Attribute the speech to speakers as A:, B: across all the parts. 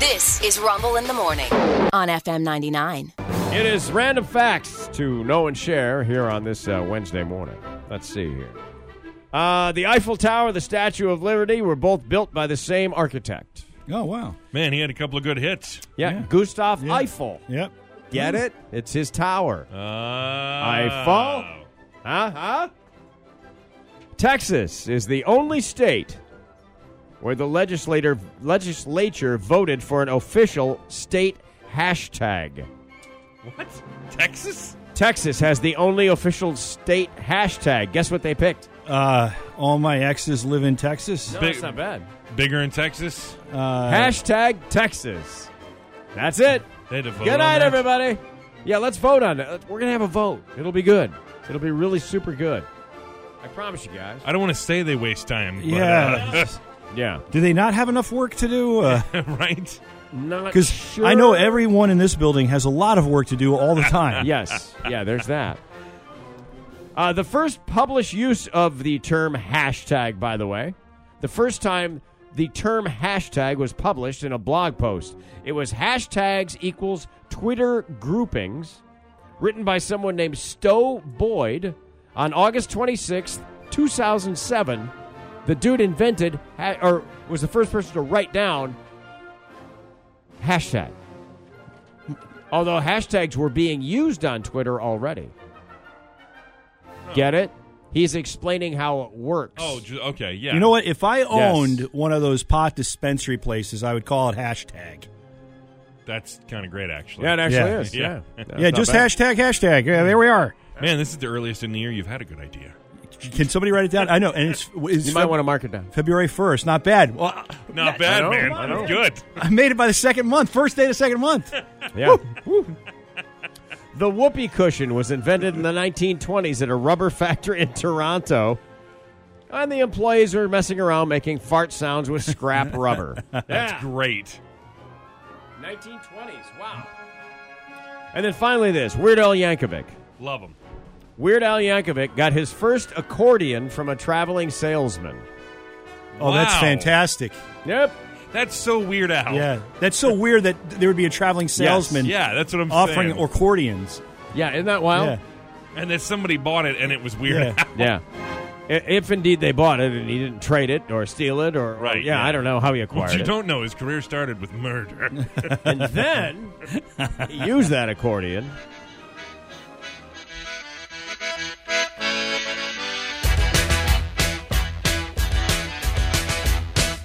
A: This is Rumble in the Morning on FM 99.
B: It is random facts to know and share here on this uh, Wednesday morning. Let's see here. Uh, the Eiffel Tower, the Statue of Liberty were both built by the same architect.
C: Oh wow.
D: Man, he had a couple of good hits.
B: Yeah,
C: Yeah.
B: Gustav Eiffel.
C: Yep.
B: Get it? It's his tower.
D: Uh,
B: Eiffel? Huh? Huh? Texas is the only state where the legislator legislature voted for an official state hashtag.
D: What? Texas?
B: Texas has the only official state hashtag. Guess what they picked?
C: Uh, all my exes live in Texas.
D: Big- that's not
B: bad.
D: Bigger in Texas?
C: Uh,
B: Hashtag Texas. That's it.
D: They had to vote
B: Good
D: on
B: night,
D: that.
B: everybody. Yeah, let's vote on it. Uh, We're gonna have a vote. It'll be good. It'll be really super good. I promise you guys.
D: I don't want to say they waste time. But,
C: yeah.
B: Yeah.
C: uh, Do they not have enough work to do?
D: uh, right?
B: Not
C: Because
B: sure.
C: I know everyone in this building has a lot of work to do all the time.
B: yes. Yeah, there's that. Uh, the first published use of the term hashtag, by the way, the first time the term hashtag was published in a blog post, it was hashtags equals Twitter groupings, written by someone named Stowe Boyd on August 26th, 2007. The dude invented, ha- or was the first person to write down hashtag. Although hashtags were being used on Twitter already. Get it? He's explaining how it works.
D: Oh, ju- okay. Yeah.
C: You know what? If I owned one of those pot dispensary places, I would call it hashtag.
D: That's kind of great, actually.
B: yeah, it actually
C: Yeah.
B: is. Yeah.
D: Yeah.
C: yeah, just hashtag, hashtag. Yeah, there we are.
D: Man, this is the earliest in the year you've had a good idea.
C: Can somebody write it down? I know, and it's, it's
B: You might want to mark it down.
C: February first. Not bad. Well, I-
D: Not bad,
B: know,
D: man.
B: I know.
D: Good.
C: I made it by the second month. First day of the second month.
B: Yeah. the whoopee cushion was invented in the 1920s at a rubber factory in Toronto. And the employees were messing around making fart sounds with scrap rubber.
D: That's great.
B: 1920s. Wow. And then finally, this Weird Al Yankovic.
D: Love him.
B: Weird Al Yankovic got his first accordion from a traveling salesman.
C: Oh, that's
D: Wow.
C: fantastic.
B: Yep.
D: That's so weird out.
C: Yeah, that's so weird that there would be a traveling salesman
D: Yeah, that's what I'm
C: offering
D: saying.
C: accordions.
B: Yeah, isn't that wild?
C: Yeah.
D: and then somebody bought it and it was weird.
C: Yeah.
B: Yeah. I- If indeed they bought it and he didn't trade it or steal it or, or-
D: Right,
B: yeah,
D: yeah.
B: I don't know how he acquired
D: What you
B: it.
D: don't know, his career started with murder.
B: and then he used that accordion.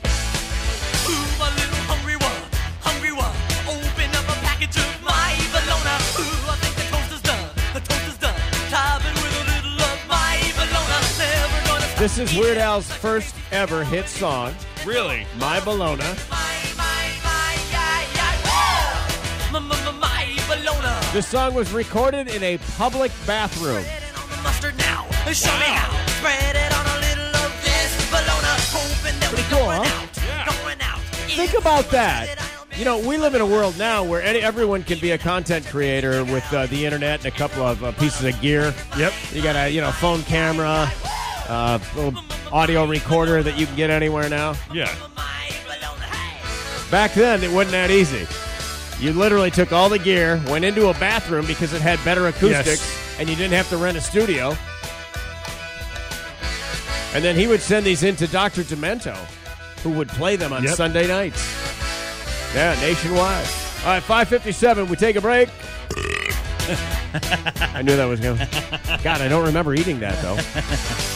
E: Ooh, a little hungry one, hungry one. Open up a package of my bologna. Ooh, I think the toast is done, the toast is done. Top it with a little of my bologna. Never gonna stop
B: This is Weird
E: eating
B: Al's
E: such
B: first
E: crazy
B: ever hit song,
D: really?
B: My Bologna.
E: My, my, my, yeah, yeah, whoa! My, my, my, my bologna.
B: This song was recorded in a public bathroom.
E: Spread it on the mustard now. Show me how. Spread it on a little of this bologna. Hoping that
B: Pretty
E: we're
B: cool,
E: going
B: huh?
E: out,
D: Yeah.
E: going out.
B: Think about that. You know, we live in a world now where any, everyone can be a content creator with uh, the internet and a couple of uh, pieces of gear.
C: Yep.
B: You got a you know phone camera, uh, little audio recorder that you can get anywhere now.
D: Yeah.
E: My bologna. Hey.
B: Back then, it wasn't that easy. You literally took all the gear, went into a bathroom because it had better acoustics,
C: Yes.
B: and you didn't have to rent a studio. And then he would send these in to Dr. Demento, who would play them on
C: Yep.
B: Sunday nights. Yeah, nationwide. All right, 557, we take a break. I knew that was going to. God, I don't remember eating that, though.